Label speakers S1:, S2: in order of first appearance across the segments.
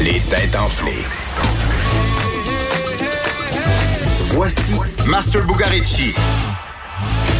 S1: Les têtes enflées. Voici Master Bugarici.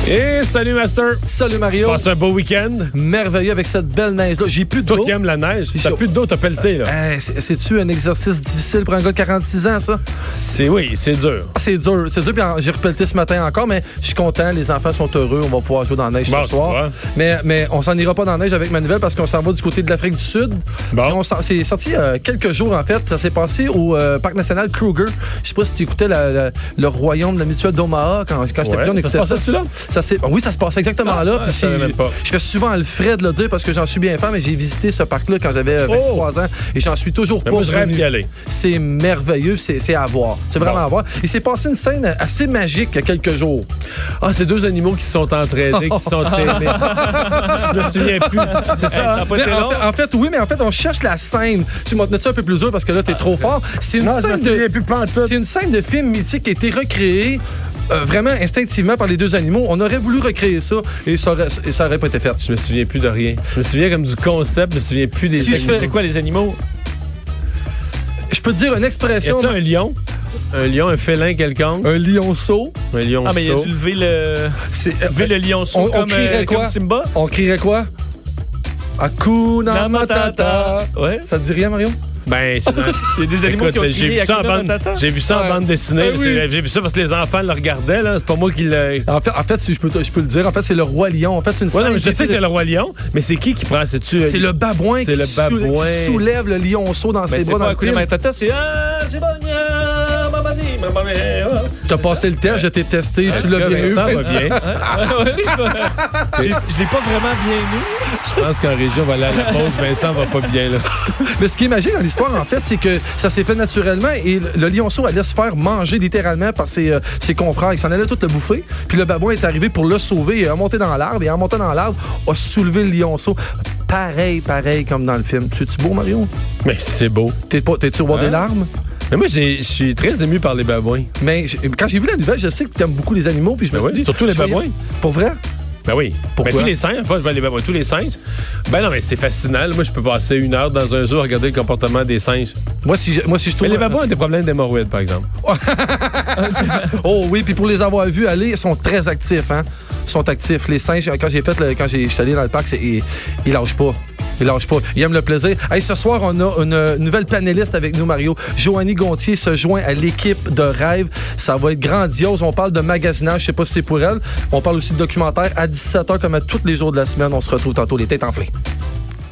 S2: Et salut Master!
S3: Salut Mario.
S2: Passe un beau week-end.
S3: Merveilleux avec cette belle neige-là. J'ai plus d'eau.
S2: Toi qui aimes la neige,
S3: C'est
S2: t'as
S3: chaud.
S2: plus d'eau, t'as pelleté là.
S3: Hey, c'est- C'est-tu un exercice difficile pour un gars de 46 ans, ça?
S2: C'est oui, c'est dur.
S3: Ah, C'est dur, c'est dur. Puis en- j'ai repelleté ce matin encore, mais je suis content. Les enfants sont heureux. On va pouvoir jouer dans la neige
S2: Bon,
S3: ce soir.
S2: ouais.
S3: Mais, mais on s'en ira pas dans la neige avec ma nouvelle parce qu'on s'en va du côté de l'Afrique du Sud.
S2: Bon.
S3: Et on s'en- C'est sorti euh, quelques jours, en fait. Ça s'est passé au euh, Parc national Kruger. Je sais pas si tu écoutais la- la- le royaume de la mutuelle d'Omaha quand, quand j'étais
S2: Ouais. Ça
S3: petit, on
S2: se
S3: écoutait
S2: passait-tu là?
S3: Ça s'est- oui, ça se passe exactement
S2: Ah,
S3: là.
S2: ouais,
S3: Puis
S2: je savais
S3: c'est-
S2: même pas.
S3: Je fais souvent le frais de le dire parce que j'en suis bien fan, mais j'ai visité ce parc-là quand j'avais euh, 23 ans et j'en suis toujours pas.
S2: Mais moi, Oh! je rêve
S3: revenu.
S2: d'y aller.
S3: C'est merveilleux, c'est c'est à voir. C'est vraiment
S2: Bon.
S3: à voir. Il s'est passé une scène assez magique il y a quelques jours.
S4: Ah, c'est deux animaux qui se sont entraînés, qui se sont aimés.
S2: Je me souviens plus. C'est ça. ça a pas
S3: Mais
S2: été
S3: en,
S2: long.
S3: fait, en fait, oui, mais en fait, on cherche la scène. Tu m'as ça un peu plus dur parce que là, t'es trop fort. C'est une
S2: Non, je me
S3: scène
S2: souviens
S3: de.
S2: plus pas en tout.
S3: C'est une scène de film mythique qui a été recréée. euh, vraiment instinctivement par les deux animaux. On aurait voulu recréer ça et ça aurait, et ça aurait pas été fait.
S4: Je me souviens plus de rien. Je me souviens comme du concept, je me souviens plus des
S3: Si je
S4: animaux.
S3: fais-
S2: C'est quoi les animaux?
S3: Je peux te dire une
S4: Y
S3: expression.
S4: a-tu un lion? Un lion, un félin quelconque?
S3: Un lionceau.
S4: Un lion
S2: Ah, mais y a-tu levé le,
S3: C'est, euh,
S2: levé le lionceau
S3: on- on
S2: comme, euh,
S3: crierait quoi?
S2: comme Simba?
S3: On crierait quoi? Akuna Matata.
S2: Ouais.
S3: Ça te dit rien, Mario?
S4: Ben, c'est dans...
S2: Il y a des animaux
S4: Écoute, ben,
S2: qui ont
S4: j'ai
S2: crié
S4: vu, ça en
S2: Hakuna
S4: bande...
S2: Matata. Ben
S4: j'ai vu ça en
S3: Ouais.
S4: bande dessinée.
S3: Ah
S4: mais
S3: oui.
S4: c'est- J'ai vu ça parce que les enfants le regardaient. là. C'est pas moi qui l'ai...
S3: En fait, en fait, si je peux, te- je peux le dire, en fait, c'est le roi lion. En fait, c'est une
S4: Ouais,
S3: scène
S4: non, mais je
S3: qui
S4: sais que
S3: était-
S4: c'est le roi lion, mais c'est qui qui prend? C'est-tu... euh,
S3: C'est le babouin, qui,
S4: C'est le
S3: soulè- qui
S4: babouin.
S3: soulève le lionceau dans
S2: Ben,
S3: ses
S2: c'est
S3: bras dans
S2: pas
S3: le
S2: Hakuna
S3: film.
S2: Matata, c'est Ah, c'est bon, gna, mamani, mamamé, ah.
S3: T'as passé le test, je t'ai testé, tu l'as bien eu.
S4: Vincent va bien.
S2: Ah, ouais, je- j'ai- Je l'ai pas vraiment bien eu.
S4: Je pense qu'en région, on va aller à la pause. Vincent va pas bien, là.
S3: Mais ce qui est magique dans l'histoire, en fait, c'est que ça s'est fait naturellement et le- le lionceau allait se faire manger littéralement par ses, euh, ses confrères. Il s'en allait tout le bouffer. Puis le babouin est arrivé pour le sauver et a monté dans l'arbre. Et en montant dans l'arbre, a soulevé le lionceau. Pareil, pareil comme dans le film. Tu es beau, Mario?
S4: Mais c'est beau.
S3: T'es pas- T'es-tu au bord
S4: Hein?
S3: des larmes?
S4: Mais moi, j'ai- je suis très ému par les babouins.
S3: Mais j- quand j'ai vu la nouvelle, je sais que t'aimes beaucoup les animaux. Puis je me
S4: Ben
S3: suis
S4: oui,
S3: dit.
S4: surtout les
S3: je vais y-
S4: babouins.
S3: Pour vrai?
S4: Ben oui.
S3: Pourquoi?
S4: Ben, tous les singes, pas ben, les babouins, tous les singes. Ben non, mais c'est fascinant. là. Moi, je peux passer une heure dans un zoo à regarder le comportement des singes.
S3: Moi, si je, moi, si je trouve.
S4: Mais les babouins ont des problèmes d'hémorroïdes, par exemple.
S3: Oh oui, puis pour les avoir vus aller, ils sont très actifs, hein. Ils sont actifs. Les singes, quand j'ai fait le- quand j'ai j'étais allé dans le parc, c'est- ils, ils lâchent pas. Ils lâchent pas. Ils aiment le plaisir. Hey, ce soir, on a une euh, nouvelle panéliste avec nous, Mario. Joanie Gontier se joint à l'équipe de rêve. Ça va être grandiose. On parle de magasinage, je sais pas si c'est pour elle. On parle aussi de documentaire à 17h comme à tous les jours de la semaine. On se retrouve tantôt les têtes enflées.